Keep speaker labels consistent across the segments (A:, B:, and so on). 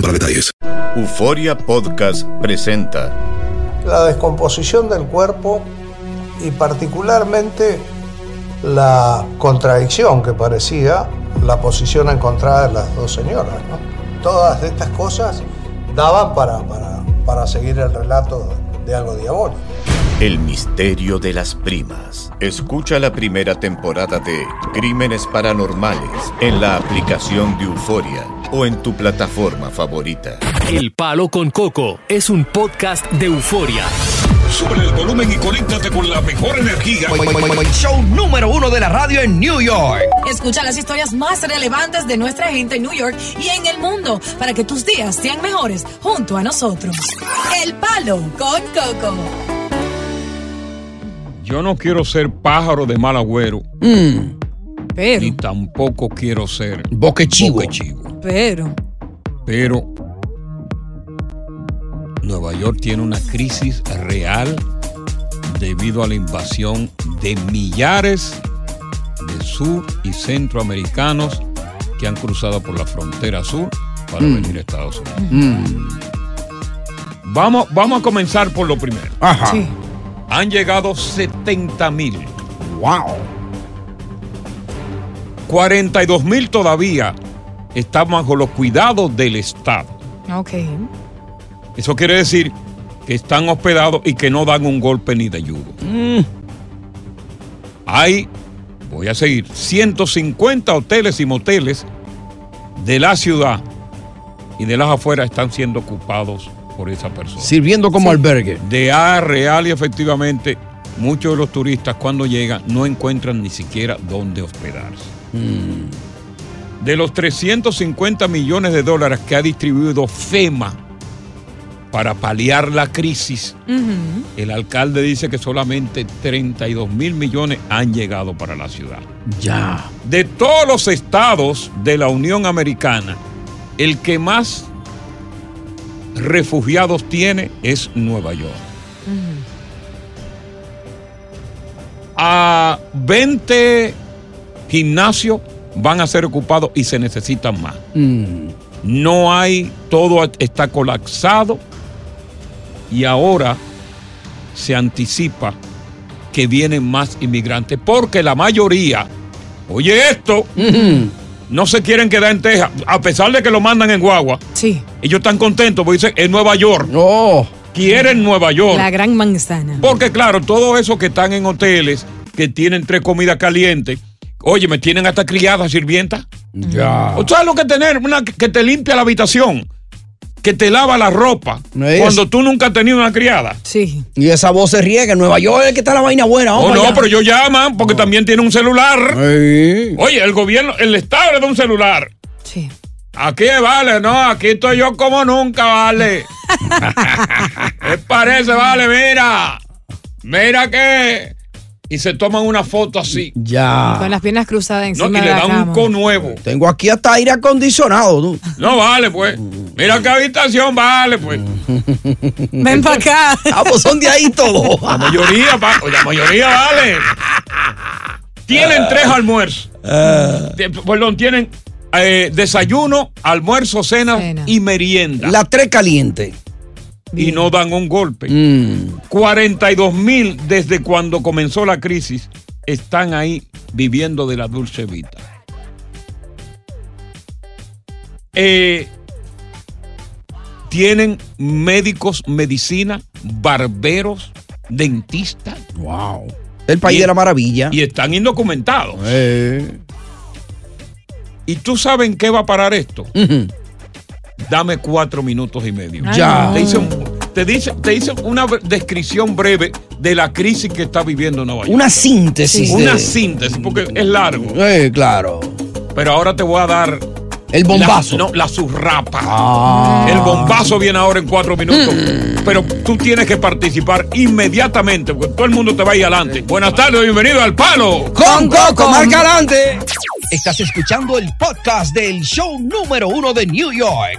A: para detalles.
B: Euforia Podcast presenta
C: la descomposición del cuerpo y particularmente la contradicción que parecía la posición encontrada de las dos señoras. ¿no? Todas estas cosas daban para, para, para seguir el relato de algo diabólico.
B: El misterio de las primas. Escucha la primera temporada de Crímenes Paranormales en la aplicación de Euforia o en tu plataforma favorita.
D: El Palo con Coco es un podcast de euforia.
E: Sube el volumen y conéctate con la mejor energía.
F: Show número uno de la radio en New York.
G: Escucha las historias más relevantes de nuestra gente en New York y en el mundo para que tus días sean mejores junto a nosotros. El Palo con Coco.
E: Yo no quiero ser pájaro de mal agüero.
H: Mm,
E: Ni
G: Pero,
E: tampoco quiero ser
H: boquechivo.
E: boquechivo.
G: pero,
E: Pero Nueva York tiene una crisis real debido a la invasión de millares de sur y centroamericanos que han cruzado por la frontera sur para venir a Estados Unidos.
H: Mm,
E: Vamos, vamos a comenzar por lo primero.
H: ajá.
G: sí.
E: Han llegado 70 mil.
H: Wow.
E: 42 mil todavía están bajo los cuidados del Estado.
G: Ok.
E: Eso quiere decir que están hospedados y que no dan un golpe ni de ayuda. Hay, voy a seguir, 150 hoteles y moteles de la ciudad y de las afueras están siendo ocupados por esa persona.
H: Sirviendo como albergue.
E: De A a real y efectivamente, muchos de los turistas cuando llegan no encuentran ni siquiera dónde hospedarse. De los 350 millones de dólares que ha distribuido FEMA para paliar la crisis,
G: Ujú.
E: el alcalde dice que solamente 32 mil millones han llegado para la ciudad.
H: Ya.
E: De todos los estados de la Unión Americana, el que más refugiados tiene es Nueva York. A 20 gimnasios van a ser ocupados y se necesitan más.
H: Mm,
E: No hay, todo está colapsado y ahora se anticipa que vienen más inmigrantes porque la mayoría, oye esto,
H: mm,
E: no se quieren quedar en Texas, a pesar de que lo mandan en Guagua.
G: Sí,
E: Ellos están contentos porque dicen, en Nueva York,
H: No.
E: quieren Nueva York.
G: la gran manzana.
E: Porque claro, todo eso que están en hoteles, que tienen tres comidas calientes, oye, me tienen hasta criadas, sirvientas.
H: Ya.
E: ¿O ¿Sabes lo que tener? Una que- que te limpia la habitación, que te lava la ropa,
H: No es.
E: cuando tú nunca has tenido una criada.
G: Sí.
H: Y esa voz se riega. En Nueva York es que está la vaina buena.
E: Oh,
I: pues
H: vamos
E: no,
H: allá.
E: pero ellos llaman porque también tienen un celular.
H: Ey.
E: Oye, el gobierno, el Estado le da un celular.
G: Sí.
E: Aquí vale, no, aquí estoy yo como nunca, vale. ¿Qué parece, vale? Mira, mira que. Y se toman una foto así.
G: Con
H: Ya.
G: las piernas cruzadas
E: Ah. ¿no?
G: encima
E: Y
G: de
E: le
G: la
E: dan
G: cama.
E: un co nuevo.
H: Tengo aquí hasta aire acondicionado. tú.
E: No vale, pues. Mira qué habitación, vale, pues.
G: Ven para acá.
H: Ah, pues son de ahí todos.
E: La mayoría, va- la mayoría vale. Tienen tres almuerzos. Te- Perdón, tienen eh, desayuno, almuerzo, cena, y merienda.
H: Las tres calientes.
E: Y no dan un golpe.
H: Mm.
E: 42 mil desde cuando comenzó la crisis están ahí viviendo de la dulce vida. Eh, tienen médicos, medicina, barberos, dentistas.
H: Wow. El país de la maravilla.
E: Y están indocumentados.
H: Eh.
E: ¿Y tú sabes en qué va a parar esto? Dame cuatro minutos y medio.
H: Ay, Ya. no.
E: Te hice, un- te dice- te hice una bre- descripción breve de la crisis que está viviendo Nueva York.
H: Una síntesis. de-
E: Una síntesis, porque es largo.
H: Eh, claro.
E: Pero ahora te voy a dar.
H: El bombazo. Ah.
E: La, no, la surrapa. El bombazo viene ahora en cuatro minutos.
H: Mm.
E: Pero tú tienes que participar inmediatamente, porque todo el mundo te va a ir adelante. Buenas tardes, bienvenido al Palo.
H: Con Coco, marca adelante.
F: Estás escuchando el podcast del show número uno de New York.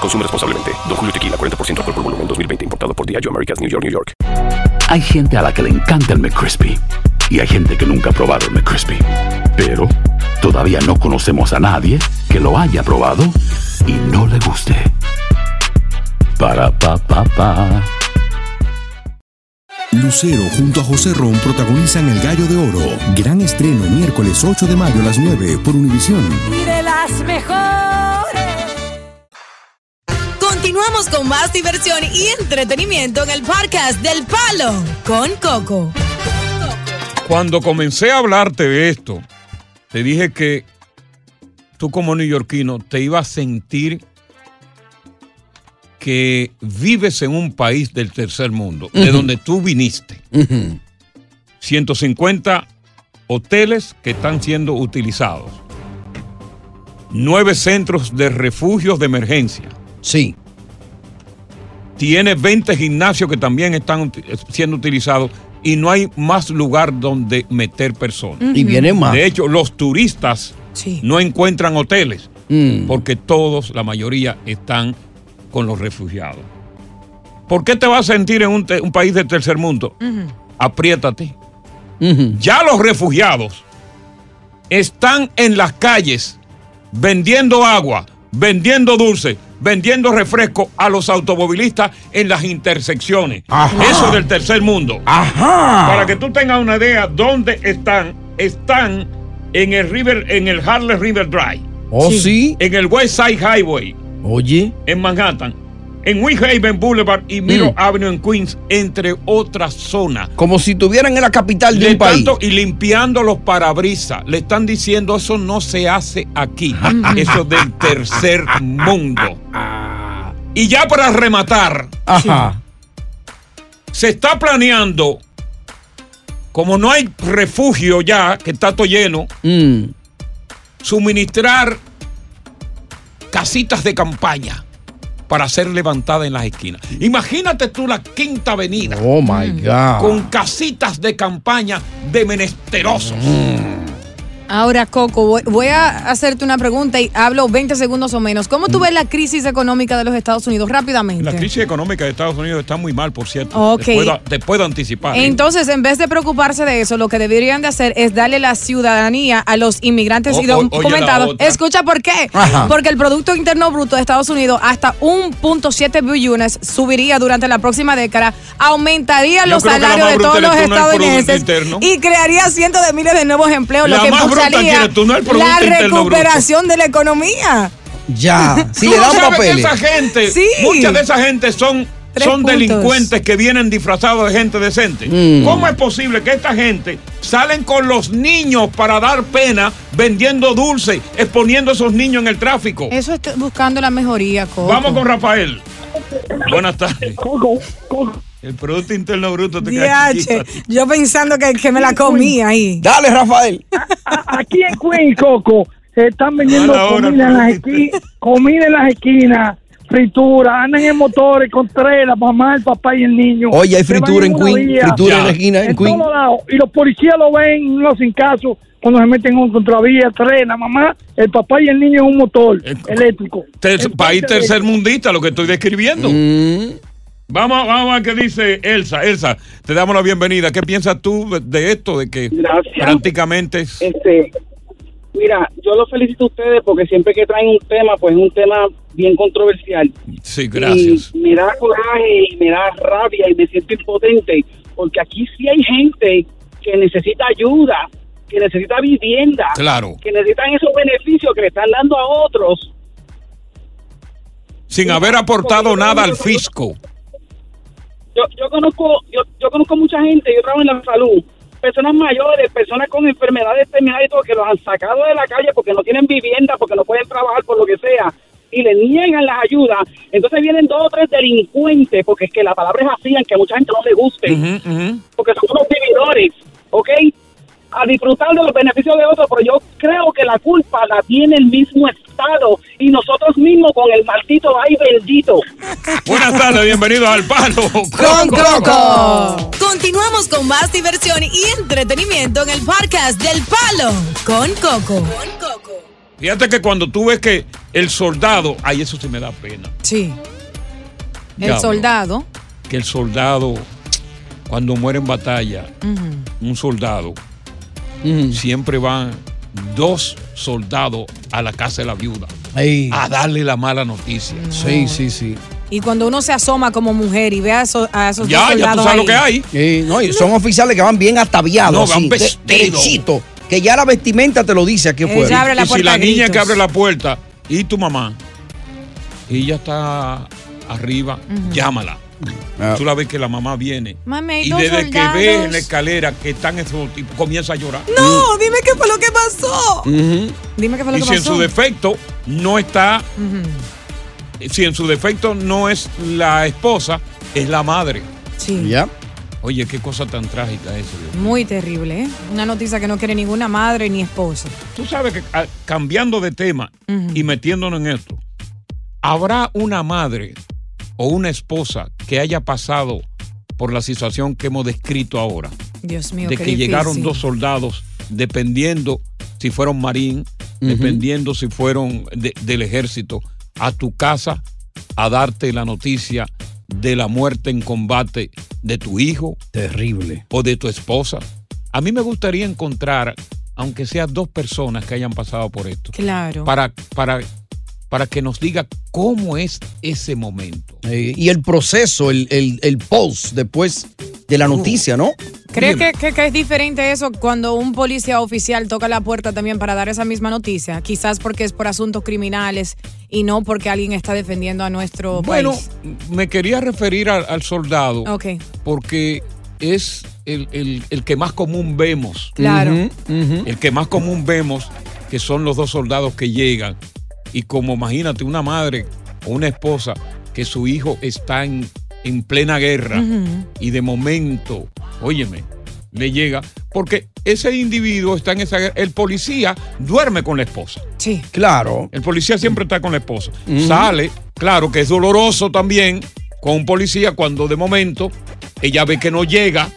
J: Consume responsablemente. Don Julio Tequila, 40% alcohol por volumen, 2020. Importado por Diageo Americas, New York, New York.
K: Hay gente a la que le encanta el McCrispy y hay gente que nunca ha probado el McCrispy. Pero todavía no conocemos a nadie que lo haya probado y no le guste. Para pa pa pa.
L: Lucero junto a José Ron protagonizan El Gallo de Oro. Gran estreno miércoles 8 de mayo a las 9 por Univisión.
G: Y de las mejores. Continuamos con más diversión y entretenimiento en el podcast del Palo con Coco.
E: Cuando comencé a hablarte de esto, te dije que tú como neoyorquino te ibas a sentir que vives en un país del tercer mundo, de
M: Ujú.
E: donde tú viniste. 150 hoteles que están siendo utilizados. Nueve centros de refugios de emergencia.
H: Sí.
E: Tiene 20 gimnasios que también están uti- siendo utilizados y no hay más lugar donde meter personas.
H: Y Ujú. vienen más.
E: De hecho, los turistas no encuentran hoteles porque todos, la mayoría, están con los refugiados. ¿Por qué te vas a sentir en un, te- un país del tercer mundo? apriétate. Ya los refugiados están en las calles vendiendo agua, vendiendo dulce, vendiendo refresco a los automovilistas en las intersecciones. Eso del tercer mundo.
H: Ah.
E: Para que tú tengas una idea dónde están, están en el River, en el Harlem River Drive.
H: Oh, sí.
E: En el West Side Highway
H: Oye.
E: en Manhattan, en West Haven Boulevard y
H: Mm.
E: Miro Avenue en Queens, entre otras zonas.
H: Como si tuvieran en la capital de
E: Le
H: un país.
E: tanto- y limpiando los parabrisas. Le están diciendo eso no se hace aquí. eso del tercer mundo. Y ya para rematar,
H: Ajá.
E: se está planeando, como no hay refugio ya, que está todo lleno,
H: Mm.
E: suministrar casitas de campaña para ser levantada en las esquinas. Imagínate tú la quinta avenida
H: Oh my
N: Mm.
H: God.
E: con casitas de campaña de menesterosos.
N: Mm. Ahora, Coco, voy, voy a hacerte una pregunta y hablo 20 segundos o menos. ¿Cómo tú ves la crisis económica de los Estados Unidos rápidamente?
E: Mm. La crisis económica de Estados Unidos está muy mal, por cierto.
N: Ok.
E: Te, puedo, te puedo anticipar.
N: Entonces, en vez de preocuparse de eso, lo que deberían de hacer es darle la ciudadanía a los inmigrantes
E: O-
N: y
E: o-
N: documentados.
E: oye la otra.
N: Escucha, ¿por qué?
E: Ajá.
N: Porque el Producto Interno Bruto de Estados Unidos hasta 1.7 billones subiría durante la próxima década, aumentaría
E: Yo
N: los
E: creo que la
N: salarios
E: más
N: de todos los
E: bruta eres tú, no el Producto
N: estadounidenses
E: Interno.
N: y crearía cientos de miles de nuevos empleos,
E: La
N: lo que
E: más bruta que
N: impulsaría
E: eres tú, no el Producto
N: la
E: Interno Bruto.
N: recuperación de la economía.
H: Ya. Si
E: ¿Tú
H: le
E: no
H: dan
E: sabes que
H: papeles.
E: esa gente,
N: Sí.
E: muchas de esa gente son,
N: Tres
E: son
N: puntos.
E: delincuentes que vienen disfrazados de gente decente.
H: Mm.
E: ¿Cómo es posible que esta gente salen con los niños para dar pena vendiendo dulce, exponiendo a esos niños en el tráfico?
N: Eso está buscando la mejoría, Coco.
E: Oh. Vamos con Rafael. Buenas tardes. El Producto Interno Bruto te queda
N: DH, yo pensando que, que me la comí ahí.
H: Dale, Rafael.
I: Aquí en Queen, Coco,
M: se están vendiendo
E: Ahora, ahora,
M: comida, en las esquinas, comida en las esquinas, fritura, andan en motores con trela, mamá, el papá y el niño.
H: Oye, hay
M: Se van
H: fritura en
M: una
H: Queen, fritura en la esquina en
M: en
H: Queen.
M: todos lados. Y los policías lo ven, no sin caso, cuando se meten en un contravía, trena, mamá, el papá y el niño en un motor eléctrico.
E: Eh, Ter- país
M: parte de-
E: tercermundista, lo que estoy describiendo. Vamos, vamos a qué dice Elsa. Elsa, te damos la bienvenida. ¿Qué piensas tú de esto? De que prácticamente es-
I: Este, mira, yo los felicito a ustedes porque siempre que traen un tema, pues es un tema bien controversial.
E: Sí, gracias.
I: Y me da coraje y me da rabia y me siento impotente porque aquí sí hay gente que necesita ayuda, que necesita vivienda,
E: Claro.
I: que necesitan esos beneficios que le están dando a otros.
E: Sin haber aportado nada al fisco.
I: Yo, yo conozco yo, yo conozco mucha gente, yo trabajo en la salud, personas mayores, personas con enfermedades terminales y todo, que los han sacado de la calle porque no tienen vivienda, porque no pueden trabajar, por lo que sea, y le niegan las ayudas. Entonces vienen dos o tres delincuentes, porque es que la palabra es así, aunque a mucha gente no le guste, porque son unos vividores, ¿ok? A disfrutar de los beneficios de otros, pero yo creo que la culpa la tiene el mismo Estado y nosotros mismos con el maldito ay bendito.
E: Buenas tardes, bienvenidos al Palo
G: Con Coco. Continuamos con más diversión y entretenimiento en el podcast del Palo con Coco.
E: Fíjate que cuando tú ves que el soldado, ay, eso sí me da pena.
N: Sí. El
E: Diablo.
N: soldado.
E: Que el soldado, cuando muere en batalla,
N: ujú.
E: un soldado, siempre van dos soldados a la casa de la viuda a darle la mala noticia.
H: Sí, sí, sí.
N: Y cuando uno se asoma como mujer y ve a esos, a esos dos
E: Ya, ya tú
N: soldados
E: sabes lo
N: ahí, eh,
E: que hay.
H: Sí, no, y son oficiales que van bien ataviados.
E: No, van
H: así, de-
E: vestidos.
H: derechito, que ya la vestimenta te lo dice
I: Eh,
H: a qué
E: Y-
H: fue.
E: y si la niña que abre la puerta y tu mamá, ella está arriba,
N: Ujú.
E: llámala. Tú la ves que la mamá viene.
N: Mami, hay
E: Y
N: dos
E: desde
N: soldados.
E: que ves en la escalera que están esos tipos, comienza a llorar.
N: No, dime qué fue lo que pasó. Dime qué fue lo
E: Y
N: que
E: si en
N: pasó.
E: su defecto no está,
N: Ujú.
E: si en su defecto no es la esposa, es la madre.
N: Sí.
H: Ya.
E: Oye, qué cosa tan trágica eso. Dios.
N: Muy terrible, ¿eh? Una noticia que no quiere ninguna madre ni esposa.
E: Tú sabes que ah, cambiando de tema
N: Ujú.
E: y metiéndonos en esto, ¿habrá una madre o una esposa que haya pasado por la situación que hemos descrito ahora?
N: Dios mío,
E: de
N: qué
E: que llegaron
N: difícil.
E: dos soldados, dependiendo si fueron marín, dependiendo si fueron de- del ejército, a tu casa a darte la noticia de la muerte en combate de tu hijo.
H: Terrible.
E: O de tu esposa. A mí me gustaría encontrar, aunque sea dos personas que hayan pasado por esto,
N: Claro.
E: para, para, para que nos diga cómo es ese momento.
H: Eh, y el proceso, el, el, el post después de la noticia, ¿no?
N: ¿Crees que, que- que es diferente eso cuando un policía oficial toca la puerta también para dar esa misma noticia? Quizás porque es por asuntos criminales y no porque alguien está defendiendo a nuestro
E: Bueno,
N: país.
E: me quería referir al, al soldado.
N: Ok.
E: porque es el, el- el que más común vemos.
N: Claro. Ujú,
E: El que más común vemos, que son los dos soldados que llegan. Y como imagínate una madre o una esposa que su hijo está en, en plena guerra
O: Ujú.
E: y de momento, óyeme, le llega, porque ese individuo está en esa guerra, el policía duerme con la esposa.
N: Sí.
H: Claro.
E: El policía siempre está con la esposa. Sale, claro que es doloroso también con un policía cuando de momento ella ve que no llega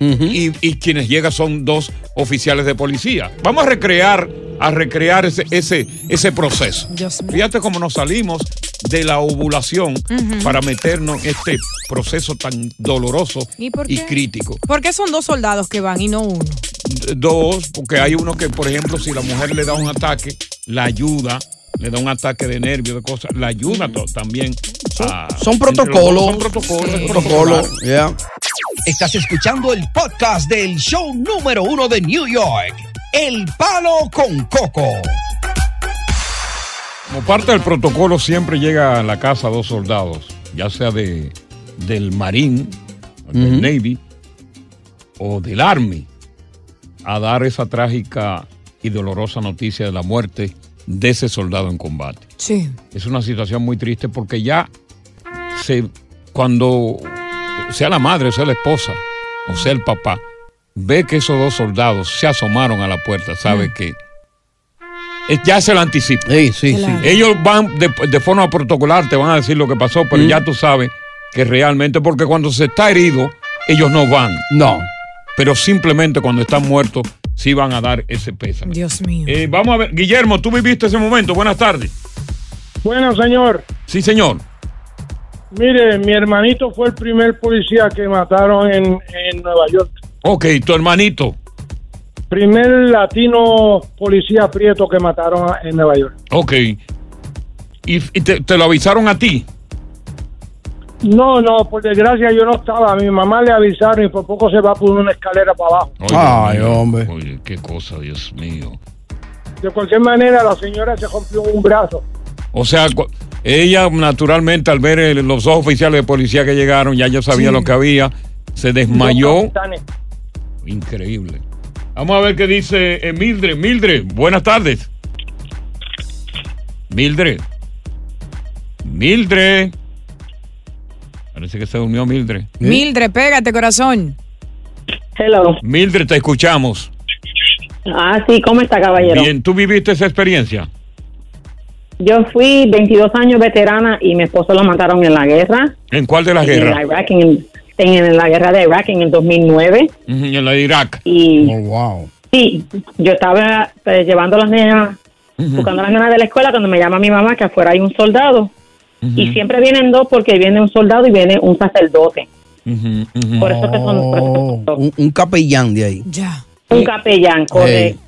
E: y, y quienes llegan son dos oficiales de policía. Vamos a recrear, a recrear ese, ese, ese proceso. Fíjate cómo nos salimos de la ovulación
N: Ujú.
E: para meternos en este proceso tan doloroso
N: ¿Y por
E: y
N: qué?
E: crítico.
N: ¿Por qué son dos soldados que van y no uno?
E: Dos, porque hay uno que, por ejemplo, si la mujer le da un ataque, la ayuda, le da un ataque de nervio, de cosas, la ayuda to- también. a-
H: Son
E: entre los dos,
H: protocolos.
E: Son protocolos.
H: Sí.
E: es
H: Protocolos,
E: protocolar.
H: ya.
F: Estás escuchando el podcast del show número uno de New York, El Palo con Coco.
E: Como parte del protocolo, siempre llega a la casa dos soldados, ya sea de, del Marín, del Navy o del Army, a dar esa trágica y dolorosa noticia de la muerte de ese soldado en combate.
N: Sí.
E: es una situación muy triste porque ya se, cuando sea la madre, sea la esposa o sea el papá, ve que esos dos soldados se asomaron a la puerta, sabe que eh, ya se lo anticipa.
H: Claro. Mm. sí.
E: Ellos van de, de forma protocolar, te van a decir lo que pasó,
H: Mm.
E: pero ya tú sabes que realmente, porque cuando se está herido, ellos no van.
H: No.
E: Pero simplemente cuando están muertos, sí van a dar ese peso.
P: Dios mío.
E: Eh, vamos a ver, Guillermo, tú viviste ese momento. Buenas tardes.
Q: Bueno, señor.
E: Sí, señor.
Q: Mire, mi hermanito fue el primer policía que mataron en, en Nueva York.
E: Ok, tu hermanito.
Q: Primer latino policía prieto que mataron a- en Nueva York.
E: Ok. ¿Y, y te, te lo avisaron a ti?
Q: No, no, por desgracia yo no estaba. A mi mamá le avisaron y por poco se va por una escalera para abajo.
H: Ay, hombre.
E: Oye, qué cosa, Dios mío.
Q: De cualquier manera, la señora se rompió un brazo.
E: O sea, cu- ella naturalmente al ver el- los dos oficiales de policía que llegaron, ya yo sabía lo que había, se desmayó. Increíble. Vamos a ver qué dice eh, Mildred. Mildred, buenas tardes. Mildred. Mildred. Parece que se durmió Mildred.
P: Mildred, pégate, corazón.
I: Hello.
E: Mildred, te escuchamos.
I: Ah, sí, ¿cómo está, caballero?
E: Bien, ¿tú viviste esa experiencia?
I: Yo fui 22 años veterana y mi esposo lo mataron en la guerra.
E: ¿En cuál de las
I: en,
E: guerras?
I: Irak, en, en la guerra de Irak en el 2009.
E: Ujú, En la de Irak.
I: Y-
E: Oh, wow.
I: Sí, yo estaba pues, llevando a las nenas, buscando a las nenas de la escuela cuando me llama mi mamá que afuera hay un soldado. Y siempre vienen dos porque viene un soldado y viene un sacerdote. Por eso que son por eso que
E: Oh.
I: son dos.
H: Oh, Un, un capellán de ahí.
P: Ya.
I: un capellán, correcto.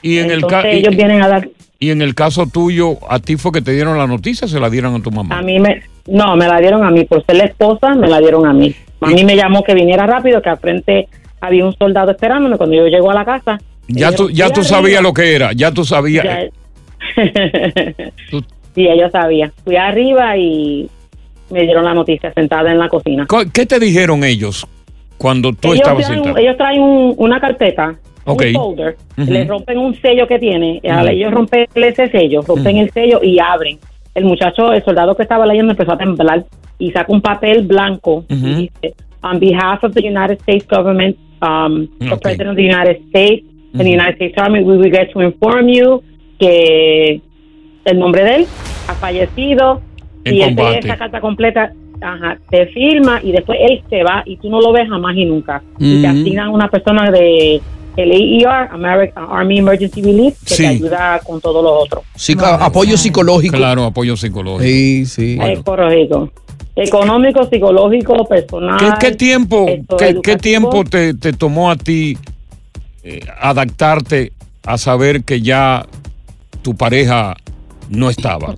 E: Y en el ca-
I: Entonces
E: y-
I: ellos vienen a dar
E: Y en el caso tuyo, ¿a ti fue que te dieron la noticia o se la dieron a tu mamá?
I: A mí me, no, me la dieron a mí, por ser la esposa, me la dieron a mí. A mí me llamó que viniera rápido, que al frente había un soldado esperándome. Cuando yo llego a la casa,
E: Ya tú, ya tú
I: arriba.
E: sabías lo que era, ya tú sabías.
I: ya- sí, ella sabía. Fui arriba y me dieron la noticia sentada en la cocina.
E: Co- ¿Qué te dijeron ellos cuando tú
I: Ellos
E: estabas
I: traen,
E: sentado?
I: ellos traen un- una carpeta,
E: Ok.
I: un folder,
E: Ujú.
I: le rompen un sello que tiene, y
E: Ujú.
I: al ellos rompen ese sello, rompen el sello y abren. El muchacho, el soldado que estaba leyendo empezó a temblar y saca un papel blanco
E: Ujú.
I: on behalf of the United States government, um, the President of the United States, and the United States Army, we regret to inform you que el nombre de él ha fallecido
R: En
I: y él te lee
R: combate.
I: esa carta completa, ajá, te firma y después él se va y tú no lo ves jamás y nunca. Y te
R: Ujú.
I: asignan una persona de el AER, American Army Emergency Relief, que
H: Sí.
I: te ayuda con todos los otros.
H: Sí, ca- apoyo psicológico.
E: Claro, apoyo psicológico.
H: Sí, sí.
I: Es correcto. Económico, psicológico, personal.
E: ¿Qué, qué tiempo,
I: esto,
E: qué, qué
I: educativo.
E: tiempo te, te tomó a ti eh, adaptarte a saber que ya tu pareja no estaba?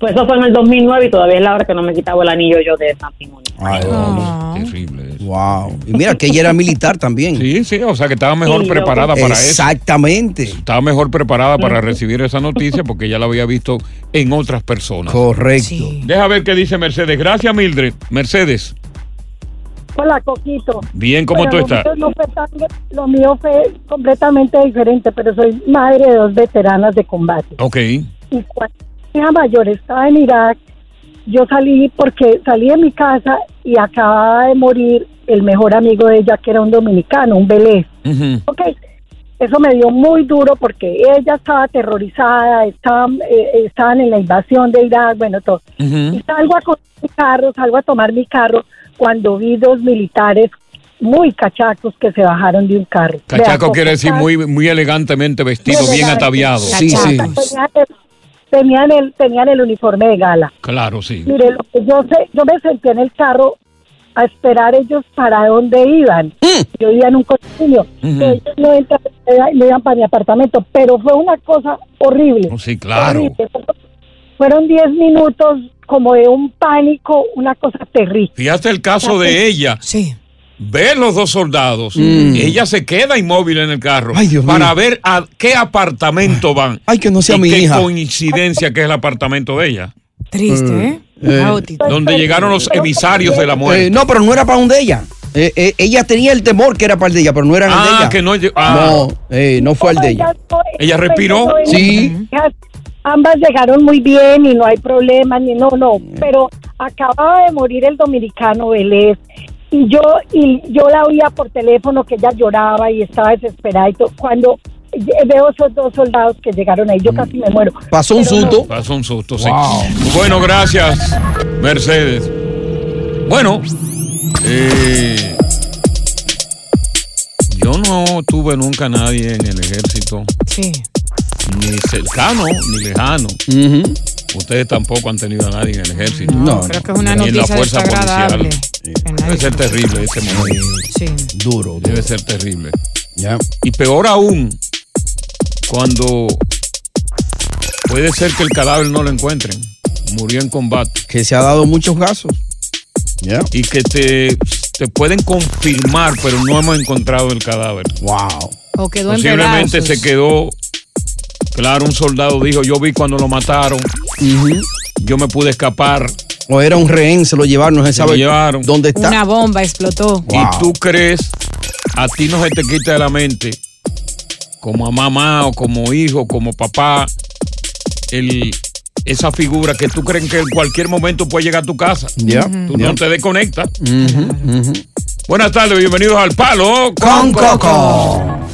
I: Pues eso fue en el 2009 y todavía es la hora que no me he quitado el anillo yo de matrimonio.
H: Ay,
N: Ah.
H: hombre, Wow. Y mira que ella era militar también.
E: Sí, sí, o sea que estaba mejor
H: Sí, yo-
E: preparada para eso.
H: Exactamente.
E: Estaba mejor preparada para recibir esa noticia porque ya la había visto en otras personas.
H: Correcto.
E: Deja ver qué dice Mercedes. Gracias, Mildred. Mercedes,
N: Hola, Coquito.
E: Bien, ¿cómo tú
N: lo
E: estás?
N: mío no fue tan- lo mío fue completamente diferente, pero soy madre de dos veteranas de combate.
E: ok.
N: Y cuando mi hija mayor estaba en Irak, yo salí porque salí de mi casa y acababa de morir el mejor amigo de ella, que era un dominicano, un belés. Ok, eso me dio muy duro porque ella estaba aterrorizada, estaban, eh, estaban en la invasión de Irak, bueno, todo. Y salgo a coger mi carro, salgo a tomar mi carro cuando vi dos militares muy cachacos que se bajaron de un carro.
E: Cachaco
N: Vea, Pues,
E: quiere decir
N: cachacos,
E: muy, muy elegantemente vestido,
N: muy
E: bien
N: elegantes.
E: ataviado.
N: Tenían el, tenían el, tenían el uniforme de gala.
E: Claro, sí.
N: Mire, lo que yo sé, yo me senté en el carro a esperar ellos para dónde iban.
E: Mm.
N: Yo vivía en un condominio.
E: Ujú.
N: que Ellos no, entraban, eh, no iban para mi apartamento, pero fue una cosa horrible.
E: Oh, sí, claro.
N: horrible. Fueron 10 minutos como de un pánico, una cosa terrible.
E: Fíjate el caso de ella.
P: Sí.
E: Ve los dos soldados.
H: Mm.
E: Ella se queda inmóvil en el carro para ver a qué apartamento van.
H: Ay, que no sea
E: Y
H: mi
E: qué
H: hija.
E: coincidencia que es el apartamento de ella.
P: Triste,
E: Mm,
P: ¿eh?
H: Eh,
N: Pues,
P: Caótico.
E: Donde llegaron los emisarios de la muerte.
H: Eh, no, pero no era para un de ella. Eh, eh, ella tenía el temor que era para el de ella, pero no era el de
E: Ah,
H: ella.
E: que no lle- ah.
H: No, eh, no fue el de ella.
E: Ella respiró.
H: Sí.
N: Ambas llegaron muy bien y no hay problema, ni no, no. Pero acababa de morir el dominicano Vélez y yo, y yo la oía por teléfono que ella lloraba y estaba desesperada y todo. Cuando
S: veo esos dos soldados que llegaron ahí, yo casi me muero.
T: Pasó un susto.
E: Pasó un susto, sí. Bueno, gracias, Mercedes. Bueno, eh, yo no tuve nunca nadie en el ejército,
U: Sí.
E: ni cercano ni lejano. Ustedes tampoco han tenido a nadie en el ejército.
T: No,
U: Creo que es una
E: Ni en la
U: noticia
E: fuerza
U: desagradable.
E: policial. Debe ser terrible ese momento.
U: Sí.
E: Duro. Debe ser terrible. Y peor aún, cuando puede ser que el cadáver no lo encuentren. Murió en combate.
T: Que se ha dado muchos casos.
E: Y que te, te pueden confirmar, pero no hemos encontrado el cadáver. Wow.
U: O quedó en
E: Posiblemente
U: pedazos.
E: se quedó. Claro, un soldado dijo: Yo vi cuando lo mataron. Yo me pude escapar.
T: O era un rehén, se lo llevaron, no se
E: Se lo
T: sabe
E: llevaron.
T: dónde está.
U: Una bomba explotó.
E: Y tú crees, a ti no se te quita de la mente, como a mamá o como hijo, como papá, el, esa figura que tú crees que en cualquier momento puede llegar a tu casa.
T: Ya,
E: Tú
T: ya.
E: no te desconectas. Buenas tardes, bienvenidos al Palo
T: Con Coco.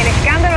V: El escándalo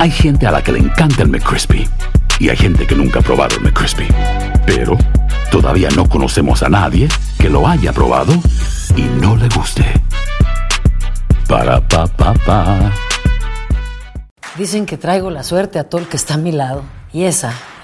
W: Hay gente a la que le encanta el McCrispy y hay gente que nunca ha probado el McCrispy. Pero todavía no conocemos a nadie que lo haya probado y no le guste. Para pa pa pa.
X: Dicen que traigo la suerte a todo el que está a mi lado. Y esa